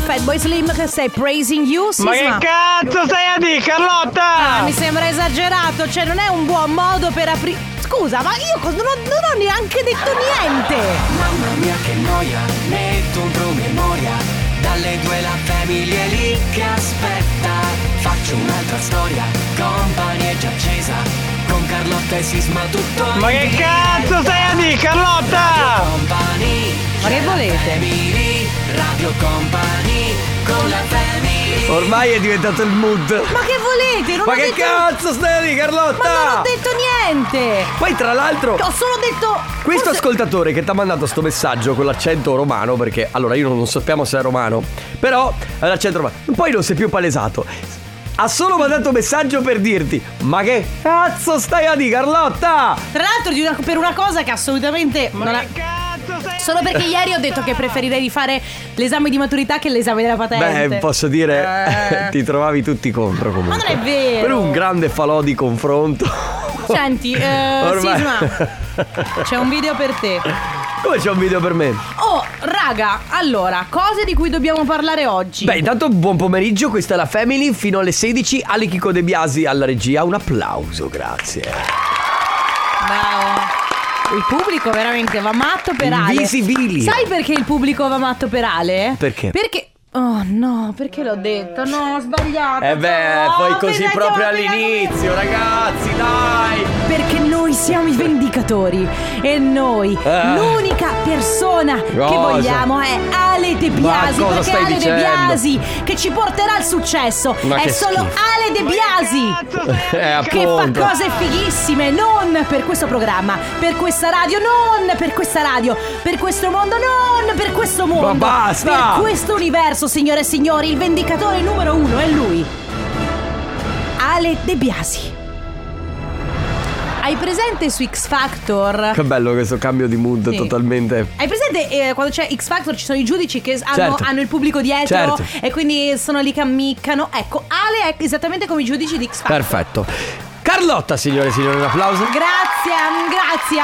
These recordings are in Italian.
Fatboy Slim che stai praising you Sisma? Ma Ah, che cazzo stai a dire, Carlotta? Mi sembra esagerato, cioè non è un buon modo per aprire. Scusa, ma io cos- non ho, non ho neanche detto niente! Mamma mia che noia, metto un promemoria Dalle due la famiglia è lì che aspetta Faccio un'altra storia, compagnie è già accesa Con Carlotta e Sisma tutto Ma in che diretta. cazzo stai a dire, Carlotta? Company, Ma che c'è la volete? family, Radio Company, con la family Ormai è diventato il mood. Ma che volete? Non Ma ho che detto... cazzo stai a Ma dire, non ho Carlotta? detto niente! Poi tra l'altro Ho solo detto. Questo forse- ascoltatore che ti ha mandato sto messaggio con l'accento romano, perché allora io non sappiamo se è romano, però è l'accento romano, poi non si è più palesato. Ha solo mandato un messaggio per dirti: Ma che cazzo stai a di Carlotta? Tra l'altro di una- per una cosa che assolutamente. non ha- Che cazzo stai a Solo perché ieri ho detto che preferirei di fare l'esame di maturità che l'esame della patente. Beh, posso dire, Eh. ti trovavi tutti contro Ma comunque. non è vero. Per un grande falò di confronto. Senti, eh, Ormai- Sisma, c'è un video per te. Come c'è un video per me? Oh, raga, allora, cose di cui dobbiamo parlare oggi. Beh, intanto buon pomeriggio, questa è la Family, fino alle 16, Ale Chico De Biasi alla regia, un applauso, grazie. Bravo. Il pubblico veramente va matto per Ale. Invisibili. Sai perché il pubblico va matto per Ale? Perché? Perché. Oh no, perché l'ho detto? No, ho sbagliato. Eh beh, No, poi Oh, appena così che ho proprio appena all'inizio, ragazzi, dai! Perché noi siamo i vendicatori e noi Ah. l'unica persona che Cosa? vogliamo è Ale De Biasi, cosa perché stai Ale dicendo? De Biasi che ci porterà al successo. Ma è che solo schifo. Ale De Biasi. Eh, Che fa appunto. cose fighissime, non per questo programma, per questa radio, non per questa radio, per questo mondo, non per questo mondo. Ma basta! Per questo universo, signore e signori, il vendicatore numero uno è lui. Ale De Biasi. Hai presente su X Factor? Che bello questo cambio di mood Sì. totalmente. Hai presente eh, quando c'è X Factor ci sono i giudici che hanno, Certo. hanno il pubblico dietro Certo. e quindi sono lì che ammiccano? Ecco, Ale è esattamente come i giudici di X Factor. Perfetto. Carlotta, signore e signori, un applauso. Grazie, am- grazie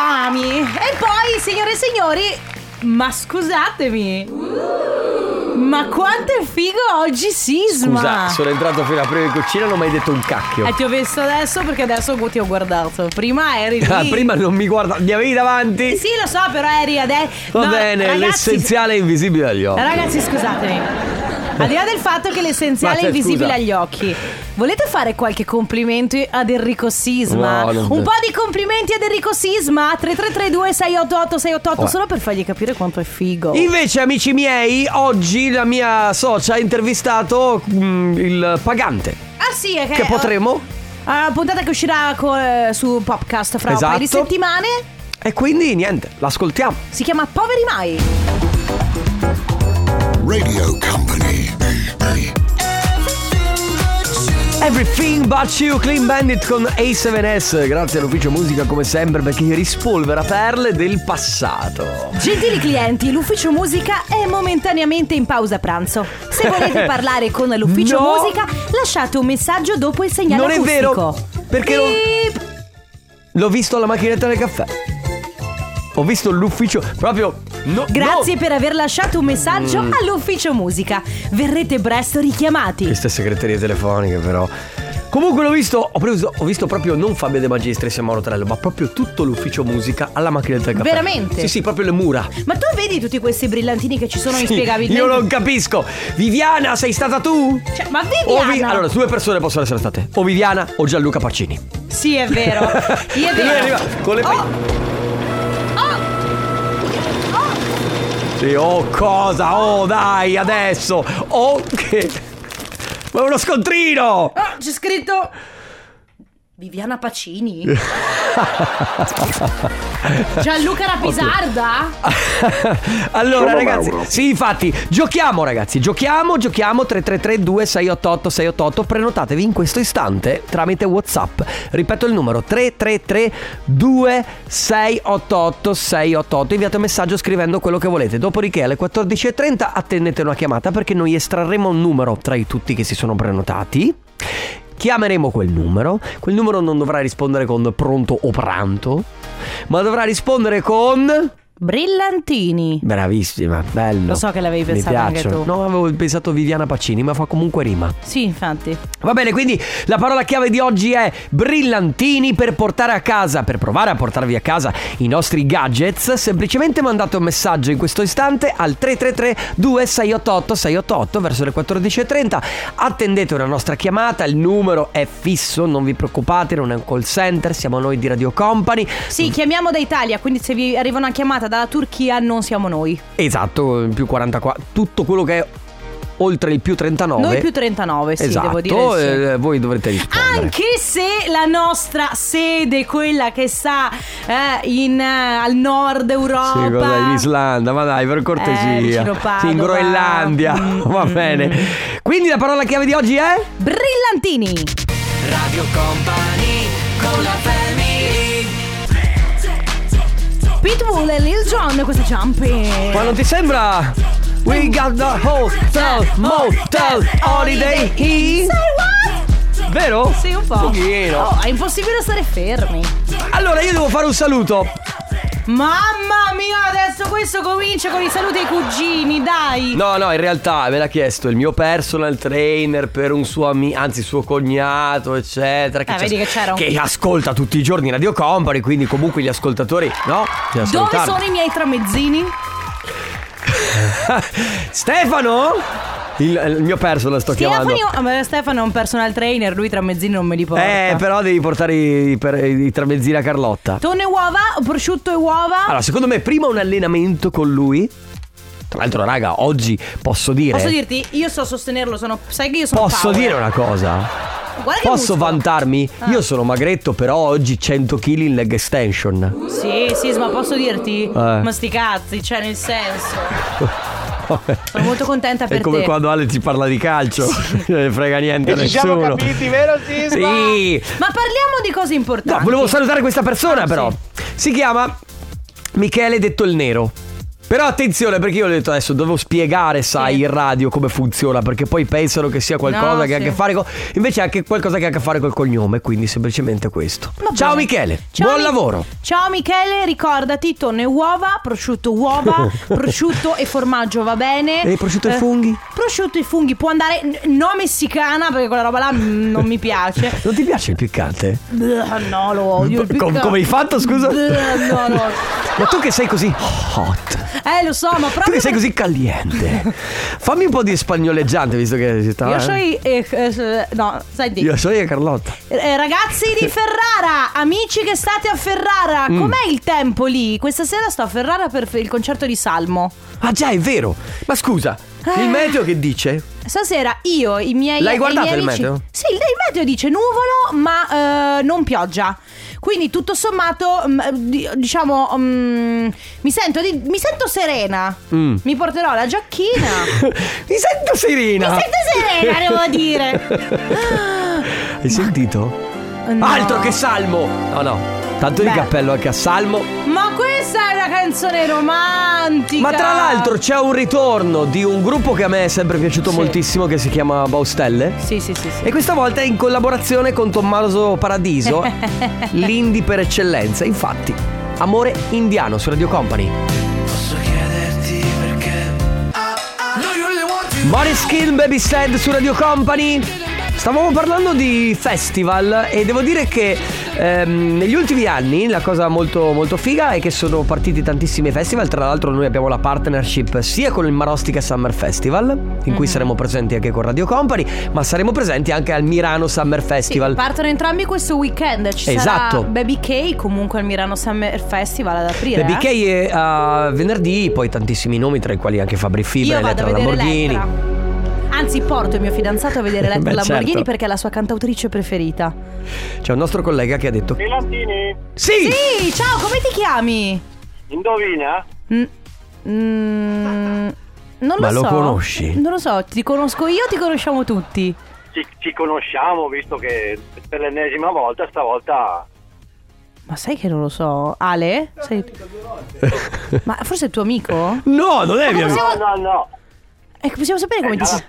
Ami. E poi, signore e signori, ma scusatemi. Ma quanto è figo oggi Sisma. Scusa, sono entrato fino a prima in cucina e non mi hai detto un cacchio. E ti ho visto adesso perché adesso ti ho guardato. Prima eri lì. Ah, prima non mi guarda, mi avevi davanti. Sì, lo so, però eri adesso. Va bene, l'essenziale è invisibile agli occhi. Eh, Ragazzi, scusatemi. Al di là del fatto che l'essenziale Ma, cioè, è invisibile scusa. agli occhi, volete fare qualche complimento ad Enrico Sisma? No, non- Un po' di complimenti ad Enrico Sisma? 3332 688 688 Oh. solo per fargli capire quanto è figo. Invece, amici miei, oggi la mia socia ha intervistato mm, il pagante. Ah sì, è che, Che potremo? Ah, puntata che uscirà co- eh, su Popcast fra un paio di Esatto. settimane E quindi niente, l'ascoltiamo. si chiama Poveri Mai. Radio Company. Everything But You Clean Bandit con A7S Grazie all'ufficio musica come sempre perché rispolvera perle del passato Gentili clienti, l'ufficio musica è momentaneamente in pausa pranzo. Se volete parlare con l'ufficio No. musica, lasciate un messaggio dopo il segnale Non è vero, acustico. perché non- Beep. L'ho visto alla macchinetta del caffè Ho visto l'ufficio proprio no, Grazie no. Mm. per aver lasciato un messaggio all'ufficio musica. Verrete presto richiamati. Queste segreterie telefoniche però Comunque l'ho visto, ho, preso, ho visto proprio non Fabio De Magistris e Mauro Trello, ma proprio tutto l'ufficio musica alla macchinetta del caffè. Veramente? Sì, sì, proprio le mura. Ma tu vedi tutti questi brillantini che ci sono Sì, inspiegabilmente? Io non capisco. Viviana, sei stata tu? Cioè, ma O Viviana Vi- allora, due persone possono essere state. O Viviana o Gianluca Pacini. Sì, è vero. Sì, è Lui vero. arriva con le pe- Oh. Oh. Sì, oh cosa? Oh dai, adesso! Oh che... Ma è uno scontrino! Oh, c'è scritto Viviana Pacini. Gianluca Rapisarda. allora Sono ragazzi, Mauro. sì infatti, giochiamo ragazzi, giochiamo, giochiamo 333 688 688 prenotatevi in questo istante tramite Whatsapp, ripeto il numero 333 2688 688, inviate un messaggio scrivendo quello che volete, dopodiché alle 14.30 attendete una chiamata perché noi estrarremo un numero tra i tutti che si sono prenotati. Chiameremo quel numero, quel numero non dovrà rispondere con pronto o pranto, ma dovrà rispondere con... Brillantini. Bravissima, bello. Lo so che l'avevi Mi pensato anche piacciono. tu. No, avevo pensato Viviana Pacini, ma fa comunque rima. Sì, infatti. Va bene, quindi la parola chiave di oggi è brillantini per portare a casa, per provare a portarvi a casa i nostri gadgets. Semplicemente mandate un messaggio in questo istante al 333 2688 688 verso le 14.30. Attendete una nostra chiamata, il numero è fisso, non vi preoccupate, non è un call center, siamo noi di Radio Company. Sì, chiamiamo da Italia, quindi se vi arriva una chiamata dalla Turchia non siamo noi. Esatto, più 44, tutto quello che è oltre il più 39. Noi più 39, sì, devo esatto, dire. sì. eh, voi dovrete rispondere. Anche se la nostra sede, quella che sta eh, in, eh, al nord Europa, Sì, cosa in Islanda, ma dai, per Eh, cortesia. vicino Padova. sì, in Groenlandia. Mm, Va mm, bene. mm. Quindi la parola chiave di oggi è brillantini. Radio Company con la family Pitbull e Lil Jon, questo jumping. Ma non ti sembra We got the hotel, motel, holiday Say inn what? Vero? Sì, un po'. Un pochino. Oh, è impossibile stare fermi. Allora io devo fare un saluto Mamma mia, adesso questo comincia con i saluti ai cugini, dai. No, no, in realtà me l'ha chiesto il mio personal trainer per un suo amico, anzi suo cognato, eccetera. Eh, c'è- vedi che c'era un- Che ascolta tutti i giorni Radio Company, quindi comunque gli ascoltatori, no? Bisogna Dove salutarli. sono i miei tramezzini? Stefano? Il, eh, il mio personal sto Stefano, chiamando. ah, ma Stefano è un personal trainer, lui tramezzini non me li porta. Eh, però devi portare i, per, i tramezzini a Carlotta. Tonno e uova, prosciutto e uova. Allora, secondo me, prima un allenamento con lui. Tra l'altro, raga, oggi posso dire. Posso dirti, io so sostenerlo, sono, sai che io sono posso power. dire una cosa? Guarda che Posso muscolo. vantarmi? Ah. Io sono magretto, però oggi 100 kg in leg extension. Sì, sì, ma posso dirti? Eh. Ma sti cazzi, cioè nel senso. Sono molto contenta È per come te. quando Ale ci parla di calcio, non ne frega niente a Ci siamo nessuno. capiti, vero Sisma? Sì, Ma parliamo di cose No, importanti. volevo salutare questa Ah, persona, però. Si chiama Michele Detto il Nero. Però attenzione perché io ho detto adesso devo spiegare, sai, Sì. in radio come funziona perché poi pensano che sia qualcosa No, che ha a sì. che fare con... Invece è anche qualcosa che ha a che fare col cognome, quindi semplicemente questo. Va bene. Ciao Michele, Ciao, buon Mi- lavoro. Ciao Michele, ricordati tonno e uova, prosciutto uova, prosciutto e formaggio va bene. E prosciutto e Eh, funghi? Prosciutto e funghi può andare n- no messicana perché quella roba là mm, non mi piace. Non ti piace il piccante? Bleh, no, lo odio. il Com- piccante. come hai fatto, scusa? Bleh, no, no. Ma tu che sei così hot, Eh, lo so, ma proprio tu che sei per- così caliente, fammi un po' di spagnoleggiante visto che si sta... Io sono i- eh, eh, no, senti. Io sono io, Carlotta. Eh, ragazzi di Ferrara, amici che state a Ferrara, Mm. com'è il tempo lì? Questa sera sto a Ferrara per f- il concerto di Salmo. Ah già, è vero. Ma scusa, Eh. il meteo che dice? Stasera io, i miei L'hai e i guardato miei il amici- meteo? Sì, il il meteo dice nuvolo, ma eh, non pioggia. Quindi tutto sommato, mm, di- diciamo, mm, mi, sento di- mi sento serena. Mm. Mi porterò la giacchina. mi Mi sento serena. sento serena, devo dire. Hai sentito? No. Altro che Salmo. No, no. Tanto di Beh. cappello anche a Salmo. Ma questa è una canzone romantica. Ma tra l'altro c'è un ritorno di un gruppo che a me è sempre piaciuto Sì. moltissimo che si chiama Baustelle. Sì, sì, sì, sì. E questa volta è in collaborazione con Tommaso Paradiso, l'indie per eccellenza. Infatti, Amore Indiano su Radio Company. Posso chiederti perché Skin Baby Sad su Radio Company. Stavamo parlando di festival e devo dire che ehm, negli ultimi anni la cosa molto, molto figa è che sono partiti tantissimi festival. Tra l'altro, noi abbiamo la partnership sia con il Marostica Summer Festival, in cui saremo presenti anche con Radio Company, ma saremo presenti anche al Mirano Summer Sì, Festival. partono entrambi questo weekend. Ci Esatto. sarà Baby K comunque al Milano Summer Festival ad aprire. Baby eh. K è a venerdì, poi tantissimi nomi, tra i quali anche Fabri Fibra, Io vado a Elettra vedere Lamborghini. Elettra. Anzi, porto il mio fidanzato a vedere Elettra Beh, Lamborghini certo. perché è la sua cantautrice preferita. C'è un nostro collega che ha detto: Milantini, Sì! Sì, ciao, come ti chiami? indovina? Mm, mm, non Ma lo lo so. conosci? Non lo so, ti conosco io, ti conosciamo tutti. Ci, ci conosciamo, visto che per l'ennesima volta stavolta... Ma sai che non lo so, Ale? Sei... Ma forse è tuo amico? No, non è Ma mio amico. possiamo- No, no, Ecco, possiamo sapere come ti si...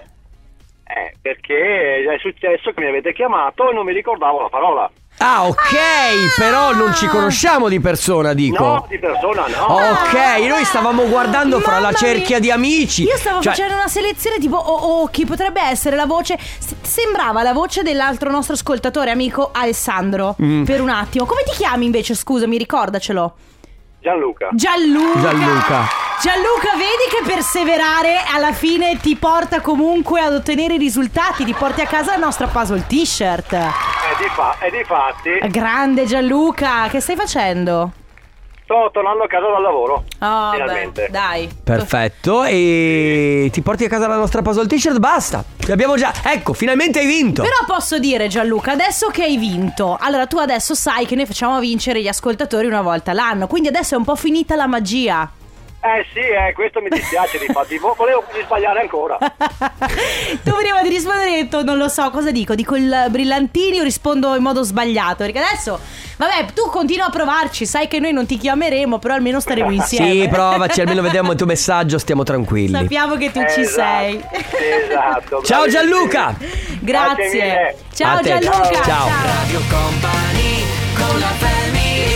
Eh, perché è successo che mi avete chiamato e non mi ricordavo la parola. Ah, ok, Ah! però non ci conosciamo di persona, dico. No, di persona no. Oh. Ok, noi stavamo guardando fra Ah, Mamma la mia. cerchia di amici. Io stavo Cioè, facendo una selezione tipo oh, oh, chi potrebbe essere la voce. S- sembrava la voce dell'altro nostro ascoltatore amico Alessandro. Mm. Per un attimo. Come ti chiami invece? Scusami, ricordacelo. Gianluca. Gianluca. Gianluca. Gianluca, vedi che perseverare alla fine ti porta comunque ad ottenere i risultati, ti porti a casa la nostra puzzle t-shirt. E eh, di, fa- e di fatti Eh. Grande Gianluca, che stai facendo? sto tornando a casa dal lavoro. Oh, finalmente. beh, dai. Perfetto, e ti porti a casa la nostra puzzle t-shirt, basta. Li abbiamo già. Ecco, finalmente hai vinto. Però posso dire Gianluca, adesso che hai vinto, allora tu adesso sai che noi facciamo vincere gli ascoltatori una volta l'anno, quindi adesso è un po' finita la magia. Eh sì, eh, questo mi dispiace di fatti. Vo- Volevo quasi sbagliare ancora. tu prima di rispondere hai detto non lo so cosa dico, dico il brillantini o rispondo in modo sbagliato, perché adesso vabbè tu continua a provarci, sai che noi non ti chiameremo, però almeno staremo insieme. Sì, provaci, almeno vediamo il tuo messaggio, stiamo tranquilli. Sappiamo che tu ci Esatto, sei. Esatto. Ciao bravissimi. Gianluca! Grazie. mille. Ciao A te. Gianluca. Ciao. Radio Company con la family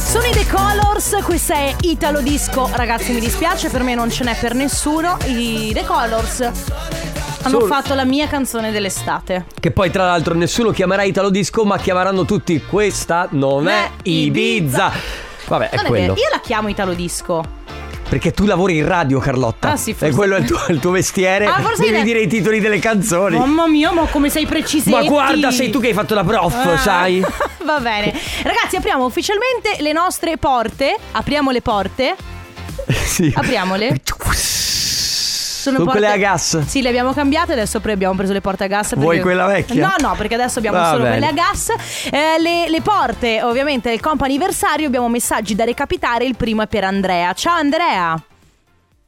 Sono i The Colors, questa è Italo Disco. Ragazzi, mi dispiace, per me non ce n'è per nessuno. I The Colors hanno Sono- fatto la mia canzone dell'estate. Che poi, tra l'altro, nessuno chiamerà Italo Disco, ma chiameranno tutti questa non è Beh, Ibiza. Ibiza. Vabbè, è non è vero, quello. io la chiamo Italo Disco. Perché tu lavori in radio, Carlotta. Ah, sì, forse. E quello è il tuo, il tuo mestiere. Ah, forse Devi hai detto- dire i titoli delle canzoni. Mamma mia, ma come sei precisetti Ma guarda, sei tu che hai fatto la prof, Ah. sai? Va bene. Ragazzi, apriamo ufficialmente le nostre porte. Apriamo le porte. Sì. Apriamole. Sono, porte- quelle a gas. Sì, le abbiamo cambiate, adesso pre- abbiamo preso le porte a gas. Vuoi quella vecchia? No, no, perché adesso abbiamo Va solo bene. quelle a gas. Eh, le, le porte, ovviamente, del comp anniversario, abbiamo messaggi da recapitare. Il primo è per Andrea. Ciao Andrea.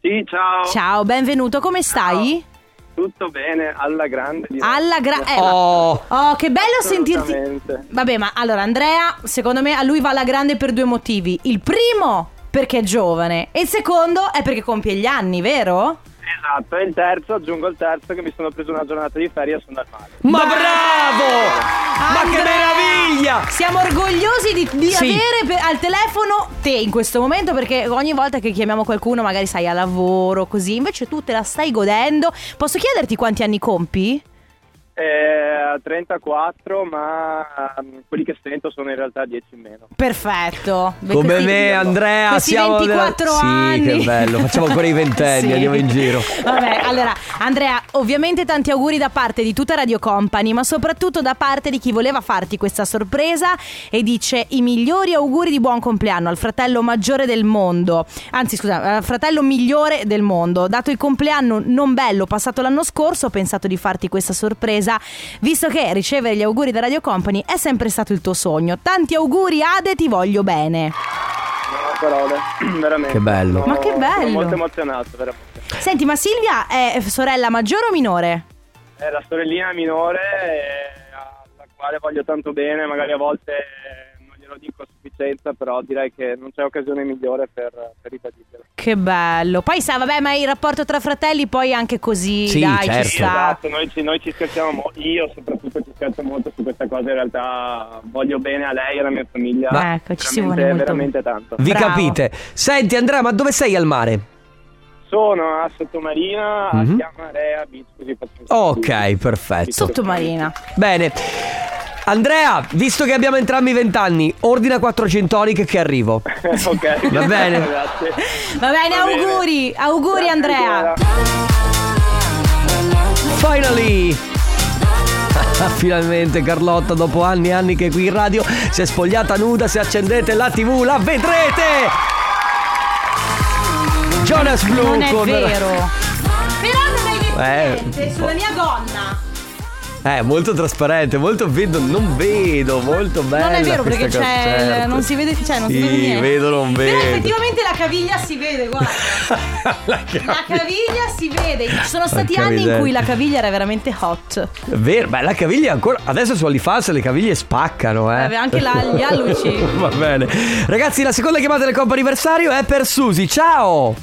Sì, ciao. Ciao, benvenuto, come stai? Tutto bene, alla grande. Alla gra... eh, ma- Oh, Oh, che bello sentirti. Assolutamente. Vabbè, ma allora Andrea, secondo me a lui va alla grande per due motivi. Il primo perché è giovane e il secondo è perché compie gli anni, vero? Esatto, e il terzo, aggiungo il terzo che mi sono preso una giornata di ferie e sono al mare. ma bravo! Ma che Andrea! meraviglia! Siamo orgogliosi di, di Sì. avere per- al telefono te in questo momento perché ogni volta che chiamiamo qualcuno magari sai a lavoro così, invece tu te la stai godendo. Posso chiederti quanti anni compi? Eh, 34, ma ehm, quelli che sento sono in realtà 10 in meno. Perfetto. Beh, Come questi- me, Andrea, questi siamo della- 24 Sì, anni. che bello, facciamo ancora i ventenni, andiamo in giro. Vabbè, allora, Andrea, ovviamente tanti auguri da parte di tutta Radio Company, ma soprattutto da parte di chi voleva farti questa sorpresa e dice i migliori auguri di buon compleanno al fratello maggiore del mondo. Anzi, scusa, al fratello migliore del mondo. Dato il compleanno non bello passato l'anno scorso, ho pensato di farti questa sorpresa, visto che ricevere gli auguri da Radio Company è sempre stato il tuo sogno. Tanti auguri Ade, ti voglio bene. Non ho parole, veramente. Che bello. Sono- Ma che Sono bello. molto emozionato, veramente. Senti, ma Silvia è sorella maggiore o minore? È Eh, la sorellina minore eh, alla quale voglio tanto bene, magari a volte eh, non glielo dico a sufficienza, però direi che non c'è occasione migliore per, per ribadirglielo. Che bello. Poi sa, vabbè, ma il rapporto tra fratelli poi è anche così, Sì, dai, certo. ci sta. Esatto, noi ci, noi ci scherziamo, mo- io soprattutto ci scherzo molto su questa cosa, in realtà voglio bene a lei e alla mia famiglia. Ma- Ecco, ci si vuole Veramente- molto veramente tanto. Vi Bravo. capite? Senti Andrea, ma dove sei al mare? Sono a Sottomarina, Mhm. a Chiamarea Beach, così faccio. Ok, perfetto. Sottomarina. Bene. Andrea, visto che abbiamo entrambi vent'anni, ordina 4 tonic che arrivo. ok. Va bene. Grazie. Va bene, Va bene. auguri, auguri Grazie Andrea. ancora. Finally! Finalmente Carlotta, dopo anni e anni che è qui in radio, si è spogliata nuda, se accendete la tv la vedrete! Jonas Blue Non è con... vero. Però non hai detto Eh, un niente po'. sulla mia gonna. Eh, molto trasparente, molto vedo, non vedo, molto bello. non è vero perché c'è il- non si vede, cioè non si vede niente. certo. vedo, non vedo. Però effettivamente la caviglia si vede, guarda. La caviglia si vede. Ci sono stati Porca anni in miseria. cui la caviglia era veramente hot. È Vero, beh, la caviglia ancora. Adesso su OnlyFans le caviglie spaccano, eh. Vabbè, anche la- gli alluci. Va bene. Ragazzi, la seconda chiamata del compo anniversario è per Susi. Ciao!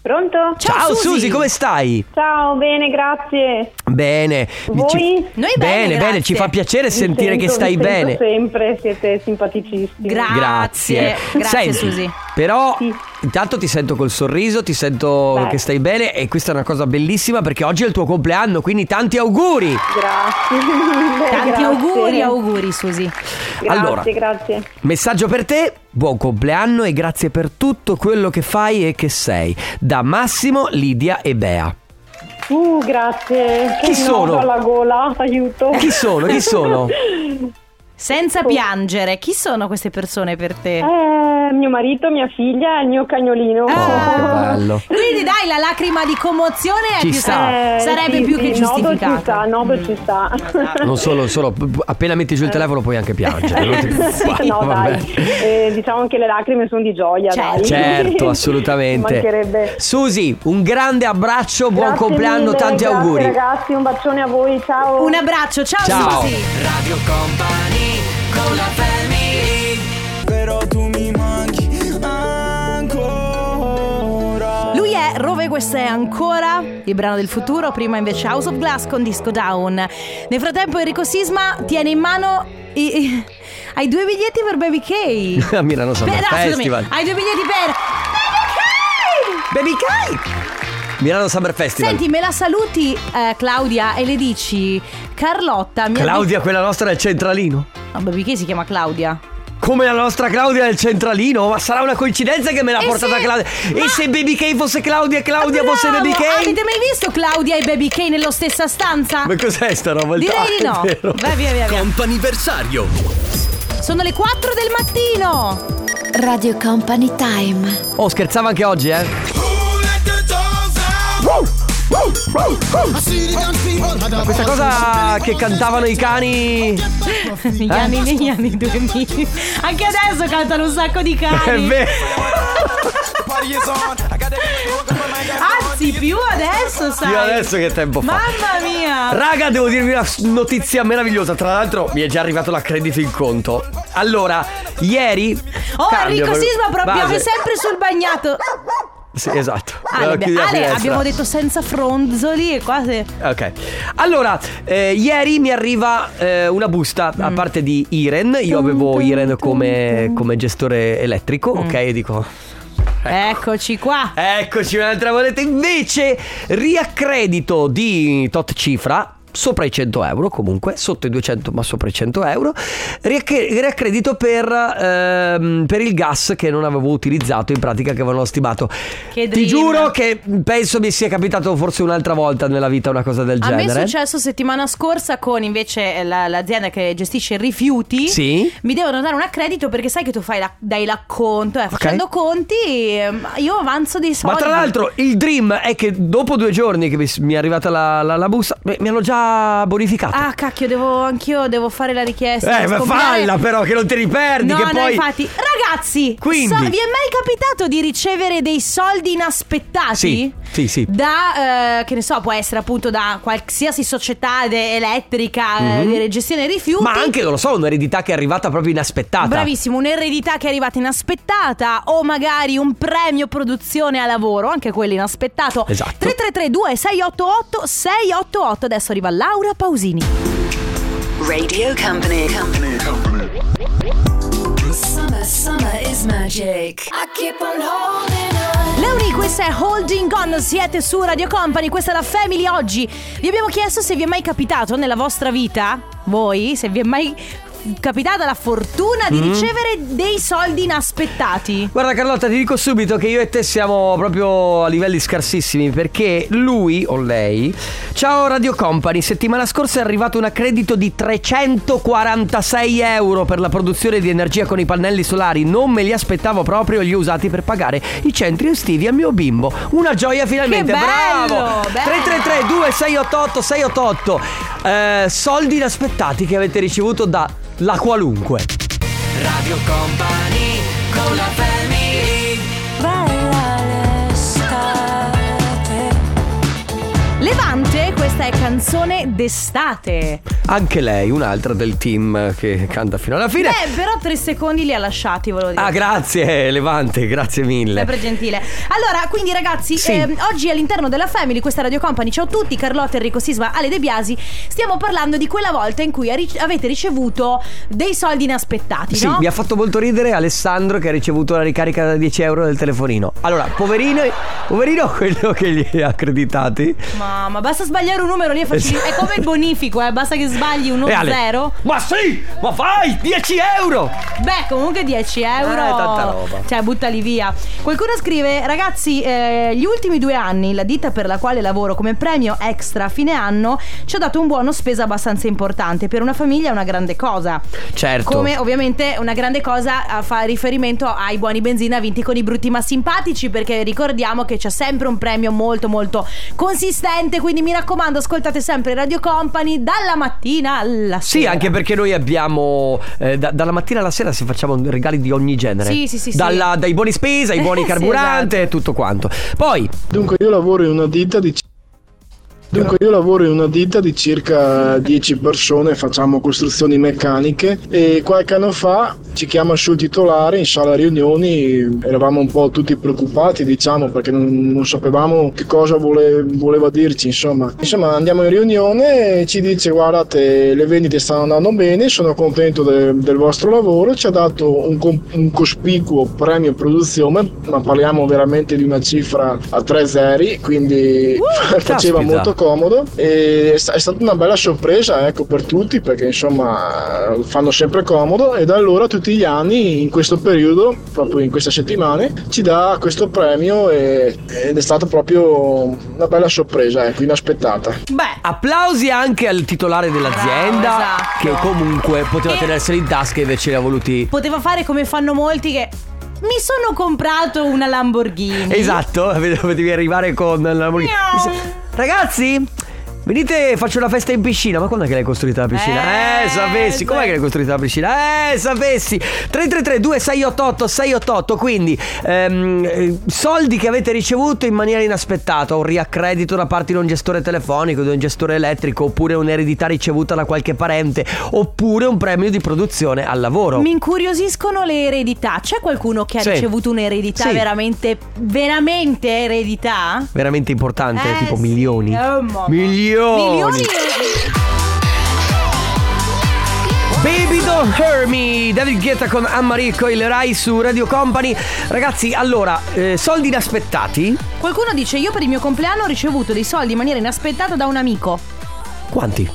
Pronto? Ciao, Susi. Susi. come stai? Ciao, bene, grazie. Bene. Voi? Noi bene, bene, grazie. ci fa piacere Vi sentire sento- che stai vi sento bene. sempre, siete simpaticissimi. Gra- Grazie. Grazie, Senti, Susi. Però Sì. intanto ti sento col sorriso, ti sento Beh. che stai bene e questa è una cosa bellissima perché oggi è il tuo compleanno, quindi tanti auguri. grazie. Tanti Grazie. auguri, auguri Susi. Grazie, Allora. grazie. Messaggio per te, buon compleanno e grazie per tutto quello che fai e che sei. Da Massimo, Lidia e Bea. Uh, grazie. Chi che sono? nodo alla gola, aiuto. Eh, Chi sono? Chi sono? Senza Oh. piangere, chi sono queste persone per te? Eh, mio marito, mia figlia e il mio cagnolino. Eh, Oh, che bello. Ah. Quindi dai, la lacrima di commozione è Ci più sta. sa- Eh, sarebbe sì, più sì, che Nodo ci sta, giustificata. nodo ci sta. Non solo, solo appena metti giù il telefono puoi anche piangere. non ti preoccupare, Eh. no, vabbè. dai. Eh, diciamo che le lacrime sono di gioia, Certo. dai. Certo, assolutamente. Ci Mancherebbe. Susi, un grande abbraccio, buon Grazie compleanno, mille, tanti grazie auguri. Ragazzi, un bacione a voi, ciao. Un abbraccio, ciao, Ciao. Susi. Radio Company con la family Però tu mi manchi ancora Lui è Rove, questo è ancora il brano del futuro, prima invece House of Glass con Disco Down. Nel frattempo Enrico Sisma tiene in mano i- i- hai due biglietti per Baby K. A Milano Summer Per- no, scusami, Ah. Festival. hai due biglietti per Baby Kai! Milano Summer Festival. Senti, me la saluti eh, Claudia e le dici Carlotta, mi ha Claudia, quella nostra del centralino. detto- No, Baby K si chiama Claudia. Come la nostra Claudia del centralino? Ma sarà una coincidenza che me l'ha Eh portata sì, Claudia. ma- E se Baby K fosse Claudia e Claudia Bravo! fosse Baby K? Avete mai visto Claudia e Baby K nello stessa stanza? Ma cos'è sta roba? Direi di Ah, no. è vero. Vai via, via, via. Comp'anniversario Sono le 4 del mattino. Radio Company Time. Oh, scherzava anche oggi, eh? Ma Questa cosa che cantavano i cani. Eh? Negli anni, negli anni 2000. Anche adesso cantano un sacco di È cani. vero. Anzi, più adesso, sai. Io adesso che tempo fa. Mamma mia. Raga, devo dirvi una s- notizia meravigliosa. Tra l'altro, mi è già arrivato l'accredito in conto. Allora, ieri. Oh, Cambio, Enrico proprio- Sisma proprio base. sempre sul bagnato. Sì, esatto. Ale, Allora, abbi- chiudi la Ah, Ale, finestra. abbiamo detto senza fronzoli e quasi. Ok. Allora, eh, ieri mi arriva eh, una busta Mm. a parte di Iren. Io avevo Iren come, come gestore elettrico, Mm. ok? E dico. Ecco. Eccoci qua. Eccoci un'altra moneta. Invece, riaccredito di tot cifra. Sopra i 100 euro, comunque, sotto i 200, ma sopra i 100 euro. Riacche- Riaccredito per, ehm, per il gas che non avevo utilizzato, in pratica, che avevano stimato. Che Ti dream. giuro che penso mi sia capitato forse un'altra volta nella vita una cosa del A me è genere. successo settimana scorsa con invece la- l'azienda che gestisce i rifiuti. Sì. Mi devono dare un accredito perché sai che tu fai la, dai l'acconto. Eh, facendo conti ehm, io avanzo dei Ma soldi. tra l'altro il dream è che dopo due giorni che mi, mi è arrivata la, la- la busta, beh, mi hanno già bonificato. Ah, cacchio, devo anch'io devo fare la richiesta. eh, ma scomodare- falla però che non ti riperdi. No, che no, poi... infatti. Ragazzi, Quindi- so- vi è mai capitato di ricevere dei soldi inaspettati? Sì, sì, sì. Da, eh, che ne so, può essere appunto da qualsiasi società de- elettrica, eh, di gestione dei rifiuti. Mm-hmm. Ma anche, non lo so, un'eredità che è arrivata proprio inaspettata. Bravissimo, un'eredità che è arrivata inaspettata o magari un premio produzione a lavoro, anche quello inaspettato. Esatto. 3332 688 688. Adesso arriva Laura Pausini. Radio Company. Summer, summer is magic. I keep on holding on. Leoni, questa è Holding On, siete su Radio Company, questa è la Family oggi. Vi abbiamo chiesto se vi è mai capitato nella vostra vita, voi, se vi è mai capitata la fortuna di ricevere dei soldi inaspettati. Guarda Carlotta, ti dico subito che io e te siamo proprio a livelli scarsissimi perché lui o lei, ciao Radio Company, settimana scorsa è arrivato un accredito di 346 euro per la produzione di energia con i pannelli solari, non me li aspettavo proprio, li ho usati per pagare i centri estivi a mio bimbo. Una gioia finalmente, Che bello, bravo! bello. 333 2688 688, eh, soldi inaspettati che avete ricevuto da la qualunque. Radio Company con la family Levante, questa è è canzone d'estate. Anche lei, un'altra del team che canta fino alla fine. Beh, Eh, però tre secondi li ha lasciati, volevo dire. Ah, grazie, Levante, grazie mille. Sempre gentile. Allora, quindi ragazzi, Sì. ehm, oggi all'interno della Family, questa Radio Company, ciao a tutti, Carlotta, Enrico Sisma, Ale De Biasi, stiamo parlando di quella volta in cui ha ric- avete ricevuto dei soldi inaspettati, Sì, no? mi ha fatto molto ridere Alessandro che ha ricevuto la ricarica da 10 euro del telefonino. Allora, poverino, poverino quello che gli ha accreditati. Mamma, basta sbagliare un numero lì è facile. Esatto. È come il bonifico, eh, basta che sbagli uno E Ale, zero. Ma sì, ma vai, 10 euro. Beh, comunque 10 euro. Eh, tanta roba. Cioè, buttali via. Qualcuno scrive: Ragazzi, eh, gli ultimi due anni la ditta per la quale lavoro come premio extra a fine anno ci ha dato un buono spesa abbastanza importante. Per una famiglia è una grande cosa. Certo. Come ovviamente una grande cosa eh, fa riferimento ai buoni benzina vinti con i brutti ma simpatici perché ricordiamo che c'è sempre un premio molto molto consistente, quindi mi raccomando ascoltate sempre Radio Company dalla mattina alla Sì, sera. anche perché noi abbiamo eh, da- dalla mattina alla sera si facciamo regali di ogni genere. Sì, sì, sì, sì. Dalla- Dai buoni spesa, ai buoni Sì, esatto. carburante e tutto quanto. Poi, Dunque io lavoro in una ditta di Dunque io lavoro in una ditta di circa 10 persone, facciamo costruzioni meccaniche e qualche anno fa ci chiama sul titolare in sala riunioni, eravamo un po' tutti preoccupati diciamo perché non, non sapevamo che cosa vole- voleva dirci insomma. Insomma andiamo in riunione e ci dice guardate le vendite stanno andando bene, sono contento de- del vostro lavoro, ci ha dato un, com- un cospicuo premio produzione ma parliamo veramente di una cifra a tre zeri quindi faceva caspita. molto comodo e è sta- è stata una bella sorpresa ecco per tutti perché insomma fanno sempre comodo e da allora tutti gli anni in questo periodo proprio in queste settimane ci dà questo premio e- ed è stata proprio una bella sorpresa ecco inaspettata Beh, applausi anche al titolare dell'azienda Bravo, esatto. che comunque poteva Che- tenerseli in tasca e invece li ha voluti. poteva fare come fanno molti che mi sono comprato una Lamborghini. Esatto, potevi arrivare con la Lamborghini. Miau. Ragazzi, venite, faccio una festa in piscina. Ma quando è che l'hai costruita la piscina? Eh, Eh, sapessi. sì. Com'è che l'hai costruita la piscina? Eh, sapessi. 333 2688 688 Quindi, ehm, eh, soldi che avete ricevuto in maniera inaspettata. Un riaccredito da parte di un gestore telefonico, di un gestore elettrico, oppure un'eredità ricevuta da qualche parente, oppure un premio di produzione al lavoro. Mi incuriosiscono le eredità. C'è qualcuno che ha Sì. ricevuto un'eredità Sì. veramente, veramente eredità? Veramente importante, Eh, Cioè, tipo sì. milioni. Oh, mamma. milioni. Milioni di eredità. Baby Don't Hurt Me David Guetta con Anne-Marie Coilerai su Radio Company Ragazzi, allora, eh, soldi inaspettati Qualcuno dice io per il mio compleanno ho ricevuto dei soldi in maniera inaspettata da un amico. Quanti?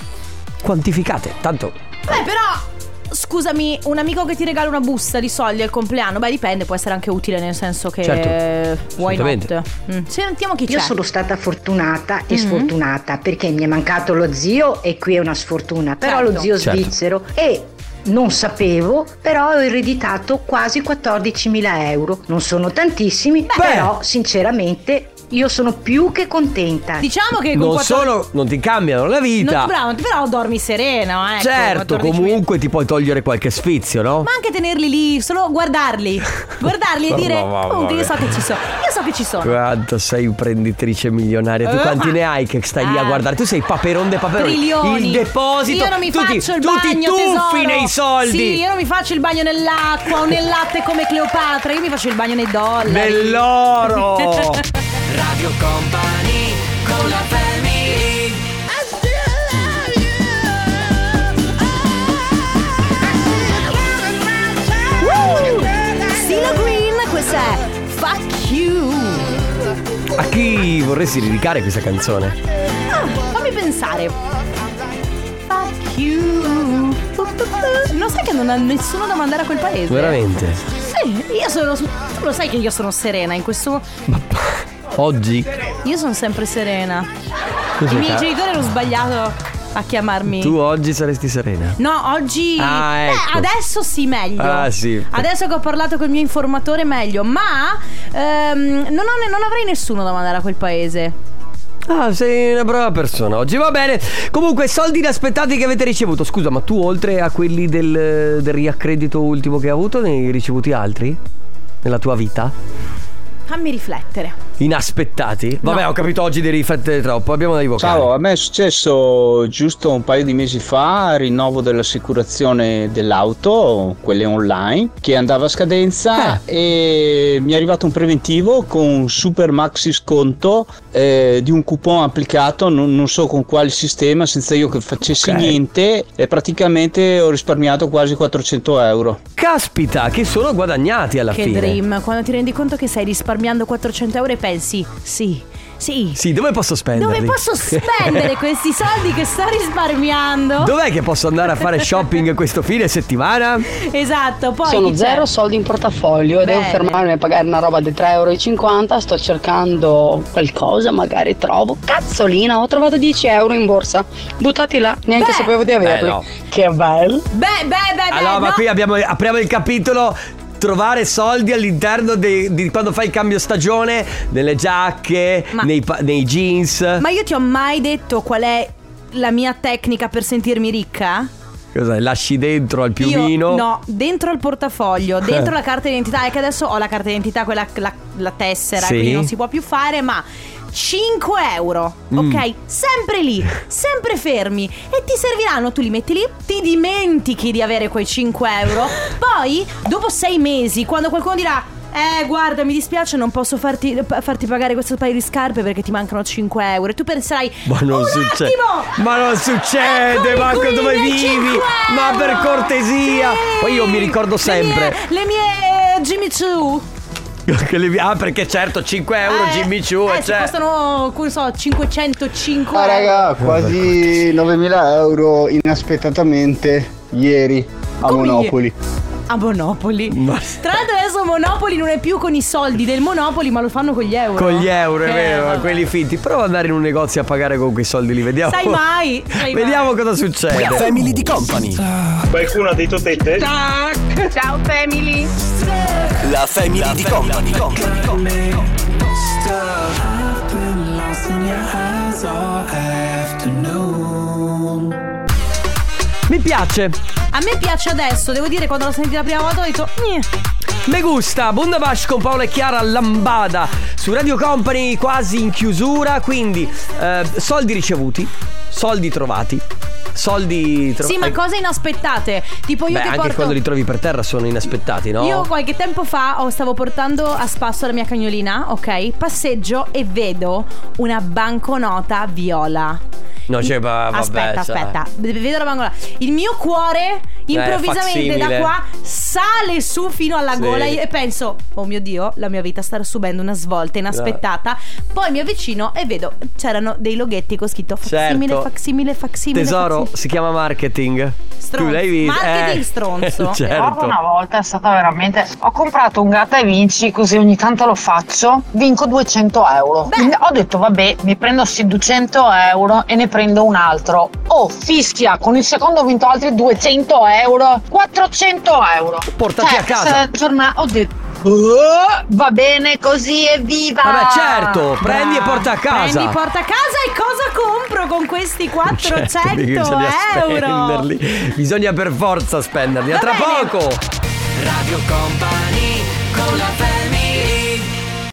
Quantificate, tanto Beh però, scusami, un amico che ti regala una busta di soldi al compleanno, beh dipende, può essere anche utile nel senso che... Certo, eh, why assolutamente. not? Mm. Sentiamo chi c'è. Io sono stata fortunata e sfortunata perché mi è mancato lo zio e qui è una sfortuna, però Certo. lo zio Certo. svizzero e non sapevo, però ho ereditato quasi 14.000 euro. Non sono tantissimi, però sinceramente io sono più che contenta. Diciamo che con Non 14 solo, non ti cambiano la vita Non, bravo, però dormi sereno, ecco, Certo, 14 comunque ti puoi togliere qualche sfizio, no? Ma anche tenerli lì, solo guardarli. Guardarli e No, dire: no, no, "Punto, io vabbè." so che ci sono. Io so che ci sono. Quanto sei imprenditrice milionaria Tu Eh, quanti ma- ne hai che stai lì a Eh. guardare Tu sei paperon de paperoni Trilioni. Il deposito Io non mi tutti, faccio il tutti bagno. tuffi tesoro. nei soldi Sì, io non mi faccio il bagno nell'acqua o nel latte come Cleopatra. Io mi faccio il bagno nei dollari. Nell'oro Radio Company con la family Silo Green, questa è Fuck You. A chi vorresti dedicare questa canzone? Ah, fammi pensare. Fuck You. Non sai che non ha nessuno da mandare a quel paese? Veramente? Sì, io sono. Tu lo sai che io sono serena in questo. Oggi Io sono sempre serena. Cos'è, I miei cara? genitori hanno sbagliato a chiamarmi. tu oggi saresti serena. No, oggi. Ah, Beh, ecco. adesso sì, meglio. Ah, sì. Adesso che ho parlato col mio informatore, meglio. Ma ehm, non, ho ne- non avrei nessuno da mandare a quel paese. Ah, sei una brava persona oggi, va bene. Comunque, soldi inaspettati che avete ricevuto. Scusa, ma tu oltre a quelli del, del riaccredito ultimo che hai avuto, ne hai ricevuti altri? Nella tua vita? Fammi riflettere. Inaspettati? Vabbè, No. ho capito, oggi devi riflettere troppo. Abbiamo da evocare. Ciao, a me è successo giusto un paio di mesi fa, rinnovo dell'assicurazione dell'auto, quelle online, che andava a scadenza e mi è arrivato un preventivo con un super maxi sconto eh, di un coupon applicato, non, non so con quale sistema, senza io che facessi Ok. niente e praticamente ho risparmiato quasi 400 euro. Caspita, che sono guadagnati alla che fine. dream. Quando ti rendi conto che stai risparmiando 400 euro e pensi, sì, sì. Sì, dove posso spenderli? Dove posso spendere questi soldi che sto risparmiando? Dov'è che posso andare a fare shopping questo fine settimana? Esatto, poi chi c'è? soldi in portafoglio e devo Bene. fermarmi a pagare una roba di 3,50 euro. Sto cercando qualcosa, magari trovo. Cazzolina, ho trovato 10 euro in borsa. Buttati là, neanche Beh. sapevo di averli. Eh, no. Che bello. Beh, beh, beh, beh. Allora, ma no. qui abbiamo, apriamo il capitolo. Trovare soldi all'interno dei- di quando fai il cambio stagione, nelle giacche, Ma- nei, pa- nei jeans. Ma io ti ho mai detto qual è la mia tecnica per sentirmi ricca? Cos'è? Lasci dentro al piumino. Io, no, dentro al portafoglio, dentro la carta d'identità. È che adesso ho la carta d'identità, quella la, la tessera, Sì. quindi non si può più fare, ma. 5 euro, Mm. ok? Sempre lì, sempre fermi. E ti serviranno, tu li metti lì, ti dimentichi di avere quei 5 euro. Poi, dopo 6 mesi, quando qualcuno dirà. Eh, guarda, mi dispiace, non posso farti, farti pagare questo paio di scarpe perché ti mancano 5 euro. E tu penserai. Ma non "Un succede. attimo! Ma non succede, Eccoli Marco, qui, Eh, dove i miei vivi? 5 Ma euro! per cortesia! Sì! Poi io mi ricordo Le sempre. mie- Le mie, eh, Jimmy Choo. che le- Ah, perché certo, 5 euro Eh, Jimmy Choo, eh, se cioè. costano, come so, 505 Ah, euro. quasi 9000 euro inaspettatamente ieri a Come A Monopoli. Ma- Tra l'altro adesso Monopoli non è più con i soldi del Monopoli, ma lo fanno con gli euro. Con gli euro, è Eh, vero, vabbè. quelli finti. Prova ad andare in un negozio a pagare con quei soldi lì, vediamo. Sai mai, sai mai. Vediamo cosa succede. Family di company. Qualcuno ha detto tette? Ciao family. La family di company. Mi piace, A me piace adesso, devo dire, quando l'ho sentita la prima volta ho detto. "Gneh". me gusta, Bundabash con Paola e Chiara Lambada su Radio Company quasi in chiusura, quindi eh, soldi ricevuti, soldi trovati, soldi trovati. Sì, ma cose inaspettate. Tipo io Beh, che anche porto. quando li trovi per terra sono inaspettati, no? Io qualche tempo fa oh, stavo portando a spasso la mia cagnolina, ok? Passeggio e vedo una banconota viola. No, cioè, ma vabbè, aspetta, cioè. Eh, aspetta. V- Vedo la banconota. Il mio cuore improvvisamente da facsimile. qua sale su fino alla Sì. gola e penso, oh mio Dio, la mia vita sta subendo una svolta inaspettata. Poi mi avvicino e vedo c'erano dei loghetti con scritto facsimile, Certo. facsimile, facsimile. Tesoro, facsimile. si chiama marketing. Stronzo. Tu l'hai visto? Marketing stronzo. certo. Una volta è stata veramente. Ho comprato un gratta e vinci, così ogni tanto lo faccio. Vinco 200 euro. Beh. Ho detto, vabbè, mi prendo sti 200 euro e ne prendo un altro. Oh, fischia, con il secondo ho vinto altri 200 euro. 400 euro. Portati Cioè, a Certo, casa. se- giorna- ho detto. "Oh, va bene così, evviva! Vabbè, certo, prendi e Brava. porta a casa. Prendi, porta a casa e cosa compro con questi 400 Certo, bisogna euro? spenderli. Bisogna per forza spenderli. A Va tra bene. poco. Radio Company con la